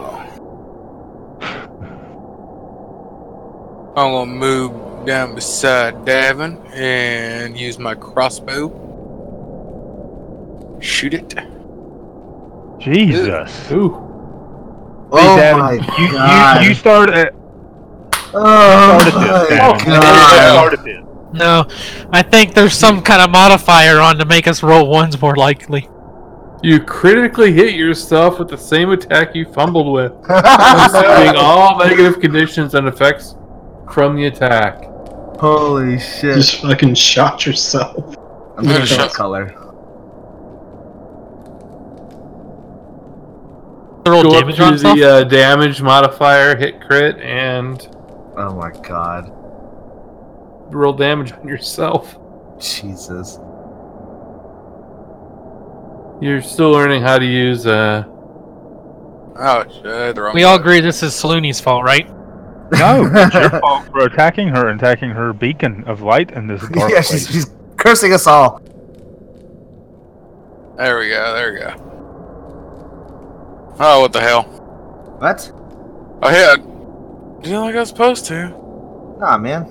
D: I'm gonna move down beside Davin and use my crossbow. Shoot it.
H: Jesus.
C: ooh
F: Oh
H: Davin,
F: my
H: you,
F: god.
H: You, you start at,
F: oh
H: started this.
F: my
H: Davin.
F: god.
H: You started this.
E: No, I think there's some kind of modifier on to make us roll ones more likely.
C: you critically hit yourself with the same attack you fumbled with receiving all negative conditions and effects from the attack
F: Holy shit.
B: Just fucking shot yourself.
F: I'm gonna show
D: Shut-
F: color.
E: The roll
C: go up
E: damage
C: to
E: on himself?
C: the uh, damage modifier hit crit and
F: Oh my god.
C: roll damage on yourself
F: Jesus.
C: you're still learning how to use uh
D: Oh, shit, the wrong.
E: We all agree this is Saluni's fault, right?
H: No, it's your fault for attacking her and attacking her beacon of light in this dark
F: yeah,
H: place.
F: she's, she's cursing us all.
D: There we go. There we go. Oh, what the hell?
F: What?
D: I hit. You know, like I was supposed to.
F: Nah, man.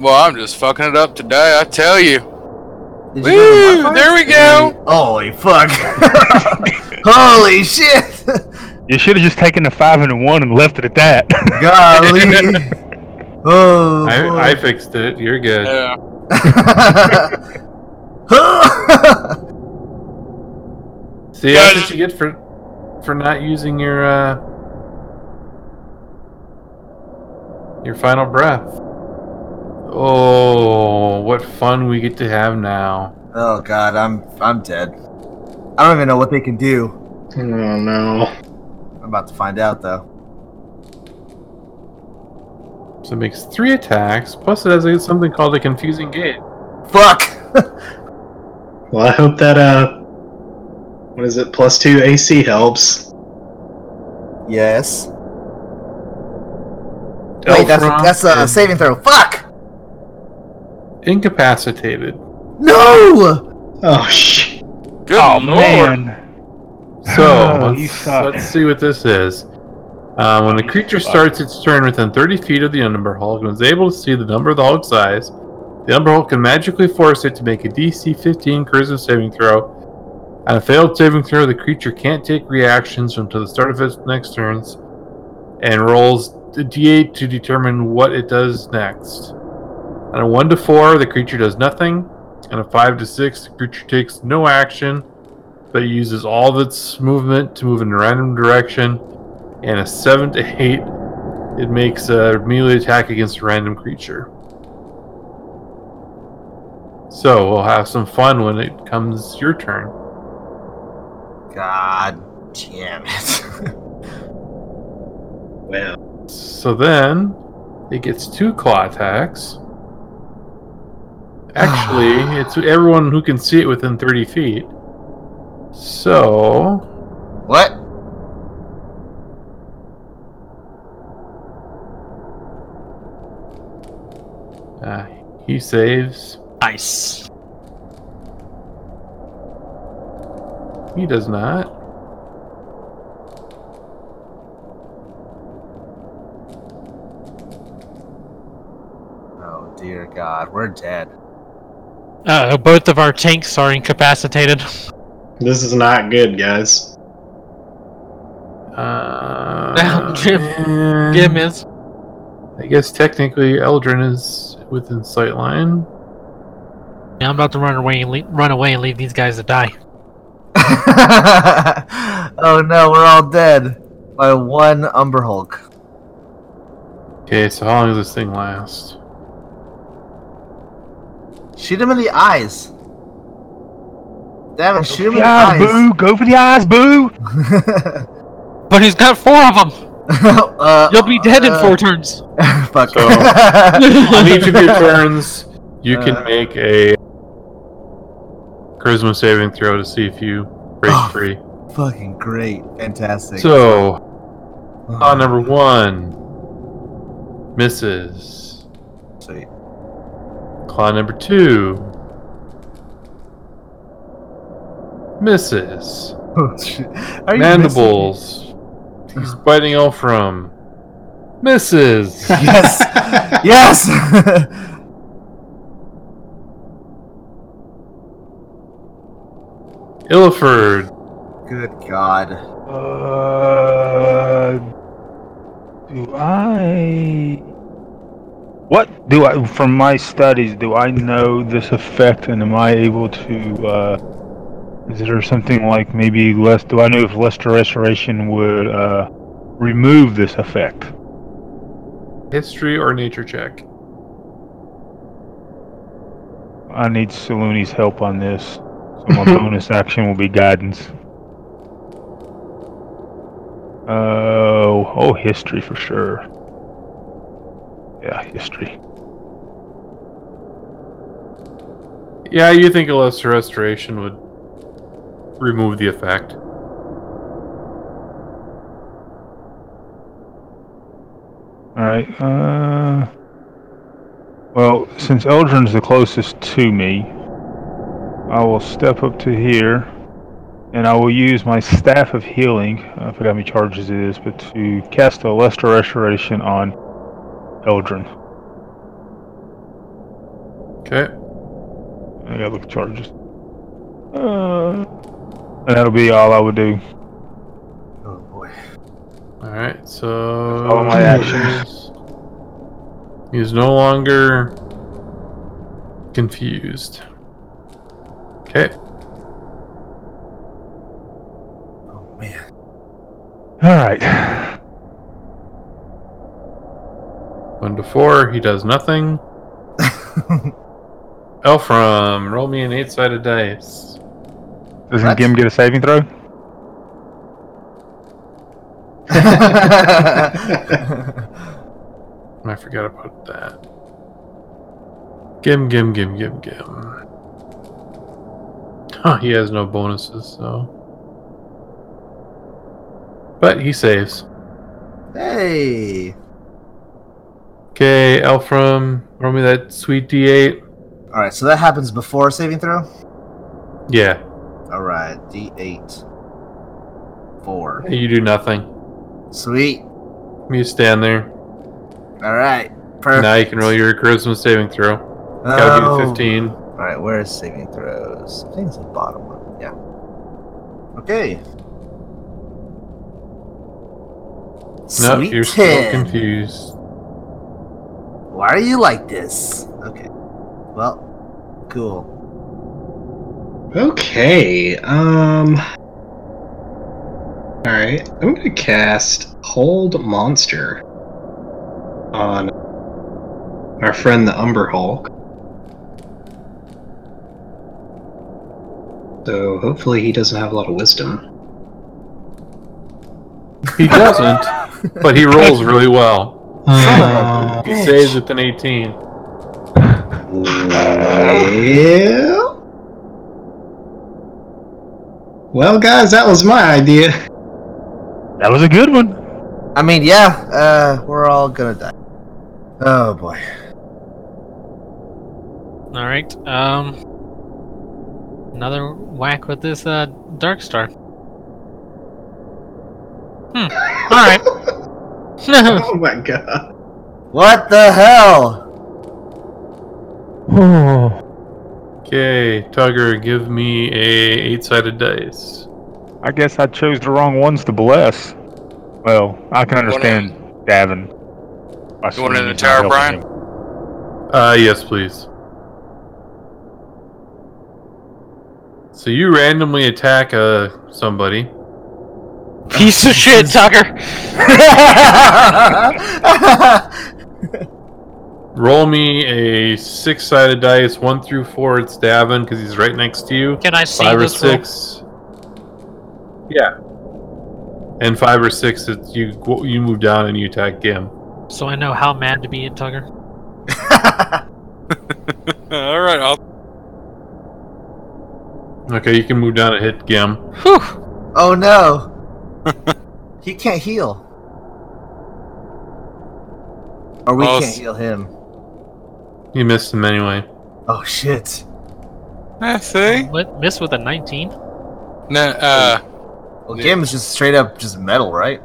D: Well, I'm just fucking it up today. I tell you.
F: Did you go to
D: Woo!
F: my
D: There we
F: place?
D: go.
F: Holy fuck! Holy shit!
H: You should have just taken the five and the one and left it at that.
F: Golly! Oh.
C: I, I fixed it. You're good.
D: Yeah.
F: boy.
C: See, that's
D: Guys-
C: what you get for for not using your uh your final breath. Oh, what fun we get to have now!
F: oh god, I'm I'm dead. I don't even know what they can do.
B: Oh no.
F: I'm about to find out though.
C: So it makes three attacks. Plus, it has a, something called a confusing gate.
F: Fuck!
B: Well, I hope that uh, what is it? Plus two AC helps.
F: yes. Wait, that's
C: Elfron
F: that's a
C: is
F: saving throw. Fuck!
C: incapacitated.
F: No!
B: Oh shit.
D: Good
E: Oh,
D: lord.
C: So
H: Oh,
C: let's,
H: you suck.
C: let's see what this is. Uh, when a creature starts its turn within 30 feet of the Umber Hulk and is able to see the number of the Hulk's eyes, the Umber Hulk can magically force it to make a DC 15 charisma saving throw. On a failed saving throw, the creature can't take reactions until the start of its next turns and rolls the d8 to determine what it does next. On a 1 to 4, the creature does nothing. On a 5 to 6, the creature takes no action but it uses all of its movement to move in a random direction. And a 7 to 8, it makes a melee attack against a random creature. So we'll have some fun when it comes your turn.
F: God damn it.
B: Well,
C: So then it gets two claw attacks. Actually, it's everyone who can see it within 30 feet. So
F: what?
C: uh, he saves.
E: Nice.
C: He does not.
F: Oh dear god, we're dead.
E: Uh, both of our tanks are incapacitated.
B: this is not good, guys.
C: Uh,
E: Jim-
C: and
E: Jim is.
C: I guess technically Eldrin is within sight line.
E: Yeah, I'm about to run away and le- run away and leave these guys to die.
F: oh no, we're all dead. By one Umber Hulk.
C: Okay, so how long does this thing last?
F: Shoot him in the eyes. Damn it, shoot him in the
H: eyes,
F: eyes.
H: boo. Go for the eyes, boo.
E: But he's got four of them.
F: uh,
E: You'll be dead in
F: uh,
E: four turns.
F: Fuck.
C: So- On each of your turns, you can
F: Uh.
C: make a charisma saving throw to see if you break free.
F: Fucking great. Fantastic.
C: So,
F: Oh,
C: on number one, misses.
F: sweet.
C: Claw number two. Misses.
F: Oh, shit. Are you
C: Mandibles. He's biting Elfram. Misses.
F: missing- Yes. yes.
C: Illiford.
F: Good god.
H: Uh, do I? What do I? From my studies, do I know this effect, and am I able to? Uh, is there something like maybe less? Do I know if Lester Restoration would uh, remove this effect?
C: History or nature check?
H: I need Saluni's help on this. So my bonus action will be guidance. Oh, oh, history for sure. Yeah, history.
C: Yeah, you think a lesser restoration would remove the effect.
H: All right. Uh, well, since Eldrin's the closest to me, I will step up to here, and I will use my staff of healing. I forgot how many charges it is, but to cast a lesser restoration on Eldrin.
C: Okay.
H: I gotta look at charges. Uh, and that'll be all I would do.
F: Oh boy.
C: All right. So
H: All my actions.
C: He is no longer confused. Okay.
F: Oh man.
H: All right.
C: One to four. He does nothing. Elfram, roll me an eight-sided dice.
H: Doesn't
F: What?
H: Gim get a saving throw?
C: I forgot about that. Gim, gim, gim, gim, gim. Huh, he has no bonuses, so. But he saves.
F: hey.
C: Okay, Elfram, roll me that sweet d8.
F: All right, so that happens before saving throw.
C: Yeah,
F: All right, D8, four.
C: you do nothing.
F: Sweet.
C: You stand there.
F: All right, perfect.
C: Now you can roll your charisma saving throw. Gotta
F: Oh.
C: do 15.
F: All right, where is saving throws? I think it's the bottom one. Yeah. Okay.
C: No,
F: Sweet
C: you're still
F: 10.
C: confused.
F: Why are you like this? Okay. Well, cool.
B: Okay. Um. All right. I'm gonna cast Hold Monster on our friend the Umber Hulk. So hopefully he doesn't have a lot of wisdom.
C: He doesn't, but he rolls really well.
B: Uh,
C: He saves with an 18.
B: well, well, guys, that was my idea.
H: That was a good one.
F: I mean, yeah, uh, we're all gonna die. Oh boy.
E: All right. Um, another whack with this uh, dark star. Hmm. All right.
B: oh my god.
F: What the hell?
H: Oh.
C: Okay, Tugger, give me a eight-sided dice.
H: I guess I chose the wrong ones to bless. Well, I can
D: You wanna-
H: understand Davin. I
D: You want
H: assume
D: an
H: he's not
D: entire
H: helping him.
C: Uh, yes, please. So you randomly attack uh somebody.
E: Piece of shit, Tucker.
C: Roll me a six-sided dice, one through four. It's Davin because he's right next to you.
E: Can I see
C: five or
E: this roll?
C: six. Yeah. And five or six, it's you. go- You move down and you attack him.
E: So I know how mad to be at Tucker.
D: All right, I'll
C: Okay, you can move down and hit Gim.
E: Whew.
F: oh no. he can't heal. Or we
D: Oh,
F: can't
D: s-
F: heal him.
C: You missed him anyway.
F: Oh shit.
D: I see.
E: What miss with a 19?
D: No, uh,
F: Well, Gim is just straight up just metal, right?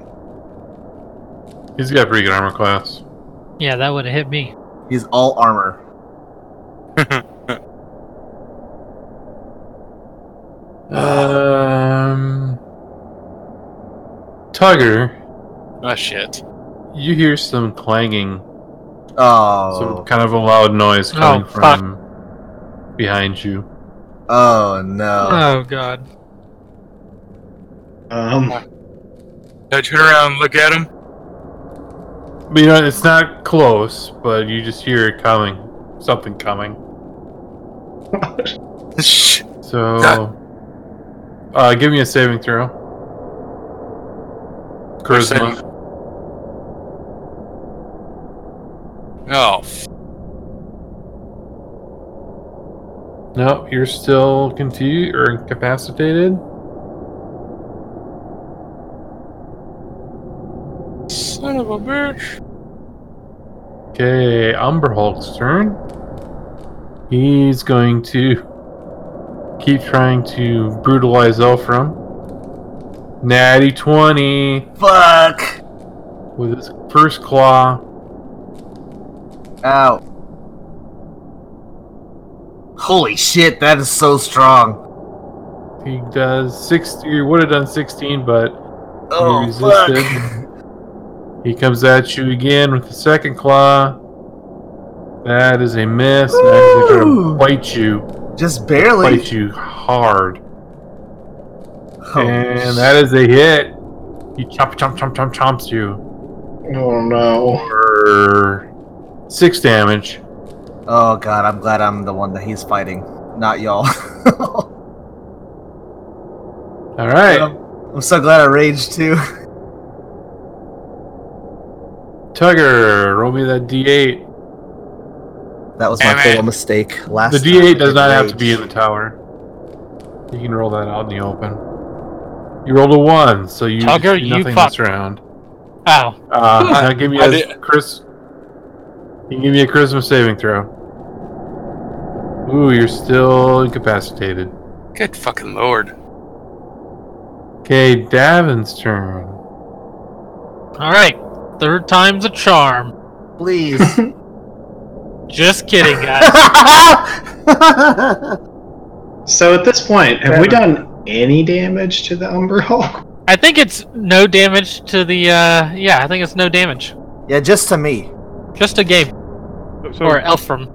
C: He's got pretty good armor class.
E: Yeah, that would have hit me.
F: He's all armor.
C: Um, Tugger,
D: oh shit.
C: you hear some clanging, some
F: Oh.
C: kind of a loud noise
E: Oh,
C: coming
E: fuck.
C: from behind you.
F: Oh no.
E: Oh god.
B: Um,
D: Now turn around and look at him.
C: But you know, it's not close, but you just hear it coming, something coming.
D: Shh.
C: So, uh, give me a saving throw. Charisma.
D: Saving- Oh, f-
C: No, you're still confused or incapacitated.
D: son of a bitch.
C: Okay, Umber Hulk's turn. He's going to keep trying to brutalize Elfram. Natty 20
F: Fuck!
C: with his first claw.
F: Ow. Holy shit, that is so strong.
C: He does 60, he would have done 16, but
F: Oh,
C: resisted.
F: fuck.
C: he comes at you again with the second claw. That is a miss. And he's
F: Ooh.
C: gonna bite you,
F: Just barely.
C: bite you hard.
F: Oh,
C: and that is a hit. He chomp, chomp, chomp, chomp, chomps you
B: Oh no.
C: for six damage.
F: Oh god, I'm glad I'm the one that he's fighting, not y'all.
C: All right,
F: I'm so glad I raged too.
C: Tugger, roll me that D8.
F: That was
D: Damn
F: my
D: it.
F: fatal mistake. Last
C: The
F: time I
C: D8 does
F: did
C: not have to be
F: rage.
C: in the tower. You can roll that out in the open. You rolled a one, so you
E: Tugger,
C: do
E: you
C: nothing
E: fuck.
C: this round.
E: Ow.
C: Uh, now give me
D: I
C: a
D: did-
C: Chris. You can give me a Christmas saving throw. Ooh, you're still incapacitated.
D: Good fucking lord.
C: Okay, Davin's turn.
E: All right. Third time's a charm.
F: Please.
E: Just kidding, guys.
B: So at this point, have we done any damage to the Umber Hulk?
E: I think it's no damage to the. uh Yeah, I think it's no damage.
F: yeah, just to me.
E: Just a game
H: So,
E: or
F: Oh.
E: Elfram.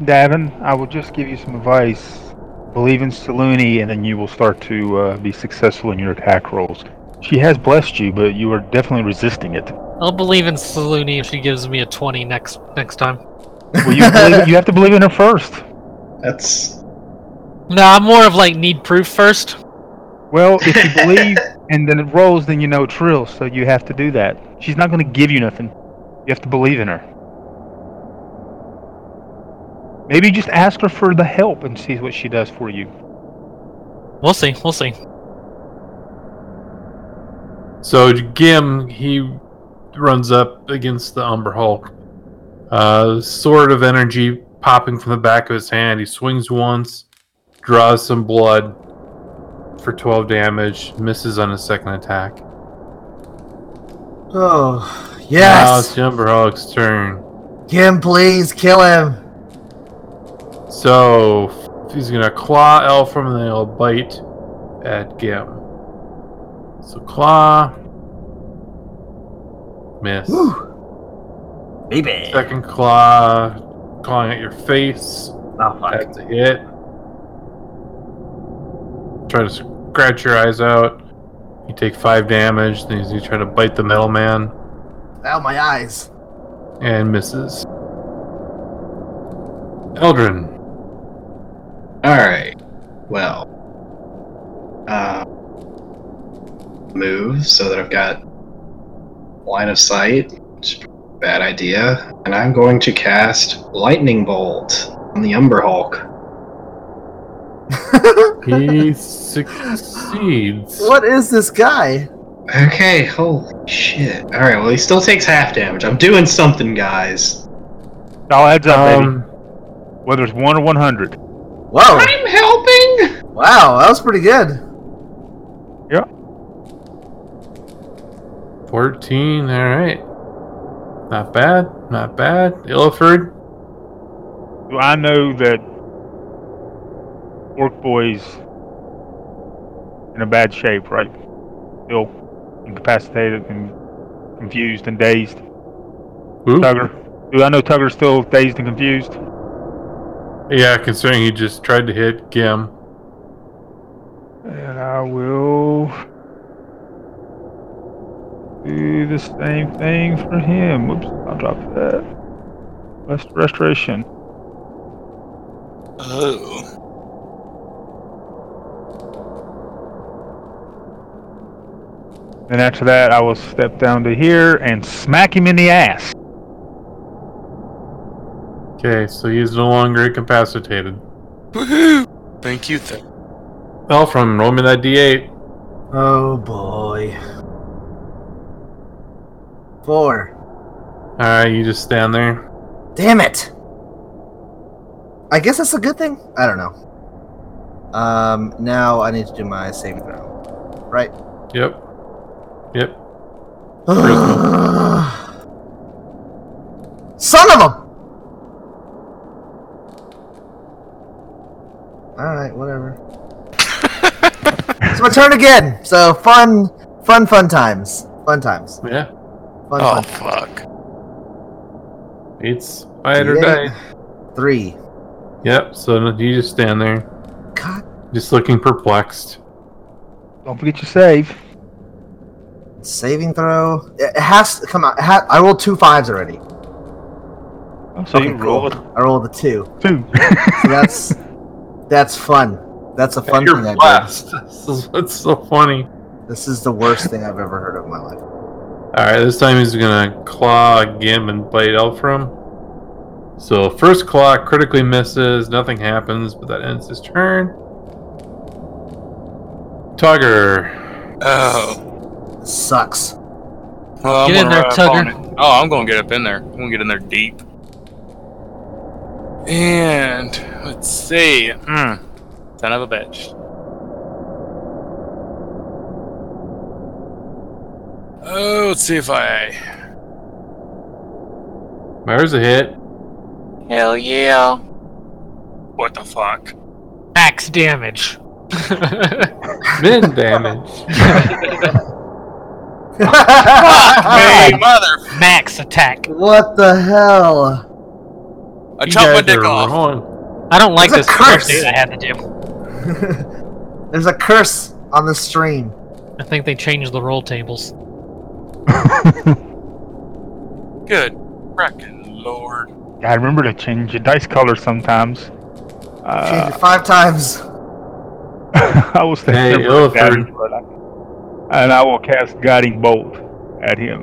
H: Davin, I will just give you some advice. Believe in Saluni, and then you will start to uh, be successful in your attack rolls. She has blessed you, but you are definitely resisting it.
E: I'll believe in Saluni if she gives me a twenty next next time.
H: Well, you, believe, you have to believe in her first.
B: That's
E: No, I'm more of like need proof first.
H: Well, if you believe and then it rolls, then you know it's real, so you have to do that. She's not going to give you nothing. You have to believe in her. Maybe just ask her for the help and see what she does for you.
E: We'll see. We'll see.
C: So Gim, he runs up against the Umber Hulk. Uh, sword of energy popping from the back of his hand. He swings once, draws some blood for 12 damage, misses on his second attack. Now
F: Oh,
C: it's
F: yes.
C: the Umber Hulk's turn.
F: Kim, please kill him.
C: So he's gonna claw Elfram and then he'll bite at Gim. So claw, miss.
F: Whew. Baby.
C: Second claw, clawing at your face.
F: Oh, fuck.
C: That's a hit. Try to scratch your eyes out. You take five damage. Then you try to bite the metal man
F: Ow, my eyes.
C: and misses. Eldrin.
B: alright. Well. Uh move so that I've got line of sight. Which is a bad idea. And I'm going to cast Lightning Bolt on the Umber Hulk.
C: He succeeds.
F: What is this guy?
B: Okay, holy shit. Alright, well he still takes half damage. I'm doing something, guys.
H: It all adds up, baby.
C: Um,
H: Whether it's one or one hundred.
F: Whoa.
B: I'm helping!
F: Wow, that was pretty good.
C: 14, alright. Not bad, not bad. Illiford,
H: Well, I know that Orc Boy's in a bad shape, right? Still incapacitated and confused and dazed.
C: Who?
H: Tugger. Do I know Tugger's still dazed and confused?
C: Yeah, considering he just tried to hit Gim.
H: And I will do the same thing for him. Whoops, I'll drop that. Rest restoration.
D: Oh.
H: Oh. Then after that, I will step down to here and smack him in the ass.
C: Okay, so he's no longer incapacitated.
D: Woohoo! Thank you, th-
C: Elfram, roll me that d8.
F: Oh boy. Four.
C: Alright, you just stand there.
F: Damn it. I guess that's a good thing. I don't know. Um, now I need to do my saving throw. Right.
C: Yep. Yep.
F: Son of a. All right, whatever. it's my turn again. So fun, fun, fun times. Fun times.
C: Yeah.
F: Fun,
D: Oh
F: fun.
D: fuck.
C: It's fight or
F: Yeah.
C: die.
F: Three.
C: Yep. So you just stand there,
F: God,
C: just looking perplexed.
H: Don't forget your save.
F: saving throw. It it has to come out. It ha- I rolled two fives already.
H: Oh, so you
F: Okay,
H: rolled
F: I rolled a two.
H: two.
F: So that's that's fun. That's a fun
C: You're
F: thing I did.
C: blessed. This is what's so funny.
F: This is the worst thing I've ever heard of in my life.
C: All right, this time he's gonna claw Gim and bite Elfram. So first claw critically misses, nothing happens, but that ends his turn. Tugger,
J: Oh,
F: This sucks.
J: well,
E: Get in
J: gonna
E: there,
J: run up on
E: Tugger.
J: it. Oh, I'm gonna get up in there. I'm gonna get in there deep. And let's see. Mm. Son of a bitch. Oh, let's see if I.
C: there's a hit.
J: Hell yeah. What the fuck?
E: Axe damage.
C: Min damage.
J: Hey, mother!
E: Max attack.
F: what the hell?
J: I
C: You
J: chopped my
C: guys
J: dick
C: are
J: off.
C: rolling.
E: I don't like
F: That's
E: this
F: a
E: curse
F: curse.
E: I had to do.
F: There's a curse on the stream.
E: I think they changed the roll tables.
J: Good. Frickin' lord.
H: I remember to change your dice color sometimes.
F: Change
H: Uh,
F: it five times.
H: I was
C: Hey,
H: thinking of guiding bolt, and I will cast guiding bolt at him.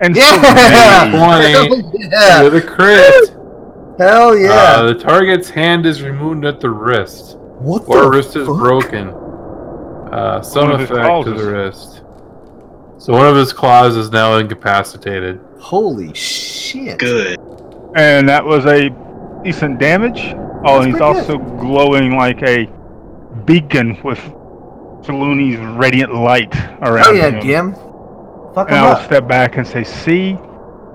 H: And so-
F: Yeah!
C: Twenty
F: yeah.
C: with a crit.
F: Hell yeah.
C: Uh, the target's hand is removed at the wrist,
F: what
C: or wrist is
F: fuck?
C: broken. Uh, some
H: One of his
C: effect
H: claws
C: to
H: is-
C: the wrist. So one of his claws is now incapacitated.
F: Holy shit.
B: Good.
H: and that was a decent damage. Oh, and
F: That's
H: he's
F: pretty
H: also glowing like a beacon with Saluni's radiant light around
F: Oh yeah,
H: him.
F: Gim. Fuck
H: And
F: him
H: I will
F: up.
H: step back and say, "See,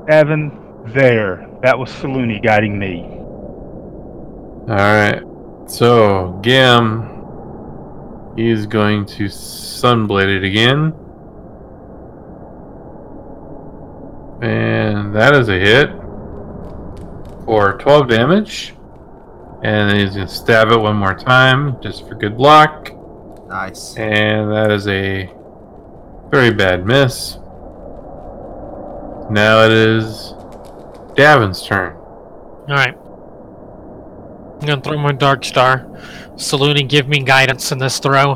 H: Evan, there. That was Saluni guiding me."
C: All right. So Gim, he's going to sunblade it again, and that is a hit for twelve damage. And then he's gonna stab it one more time, just for good luck.
F: Nice.
C: And that is a very bad miss. Now it is Davin's turn.
E: Alright. I'm gonna throw my Dark Star. Salute and give me guidance in this throw.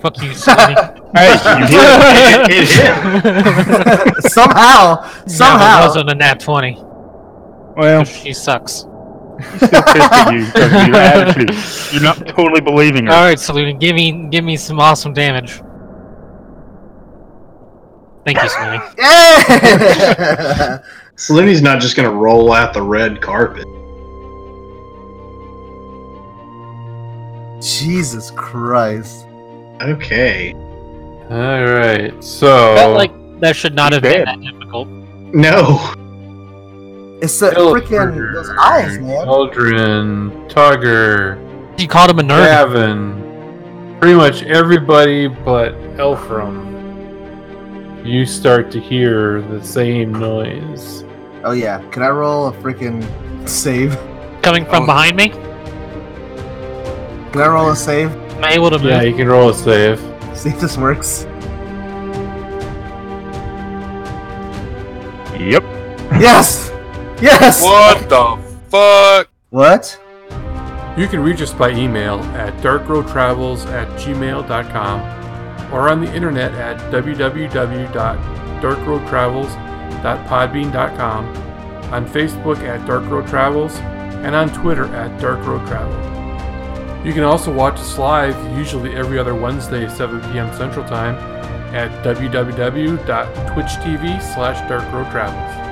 E: Fuck you, Salute.
H: Hey, you did it. It hit.
F: somehow,
E: No, it
F: somehow.
E: wasn't a nat 20.
H: Well,
E: She sucks.
H: still pissed at you because of your attitude. You're not totally believing her.
E: Alright, Salute, give me give me some awesome damage. Thank you, Salute.
F: Yeah.
B: Saluni's not just gonna roll out the red carpet.
F: Jesus Christ.
B: Okay.
C: All right. So
E: felt like that should not have
H: He's
E: been that difficult.
B: No.
F: It's the freaking those eyes, man.
C: Aldrin, Tugger,
E: You called him a nerd.
C: Gavin, pretty much everybody but Elfram. You start to hear the same noise.
F: Oh yeah. Can I roll a freaking save?
E: Coming from
J: Oh.
E: behind me?
F: Can I roll a save?
E: Am I able to move?
C: Yeah, you can roll a save.
F: See if this works.
H: Yep.
F: Yes. Yes.
J: What the fuck?
F: What?
K: You can reach us by email at darkroadtravels at gmail.com or on the internet at www.darkroadtravels.podbean.com, on Facebook at Dark Road Travels, and on Twitter at Dark Road Travel. You can also watch us live, usually every other Wednesday, 7 p.m. Central Time, at www.twitch.tv slash darkroadtravels.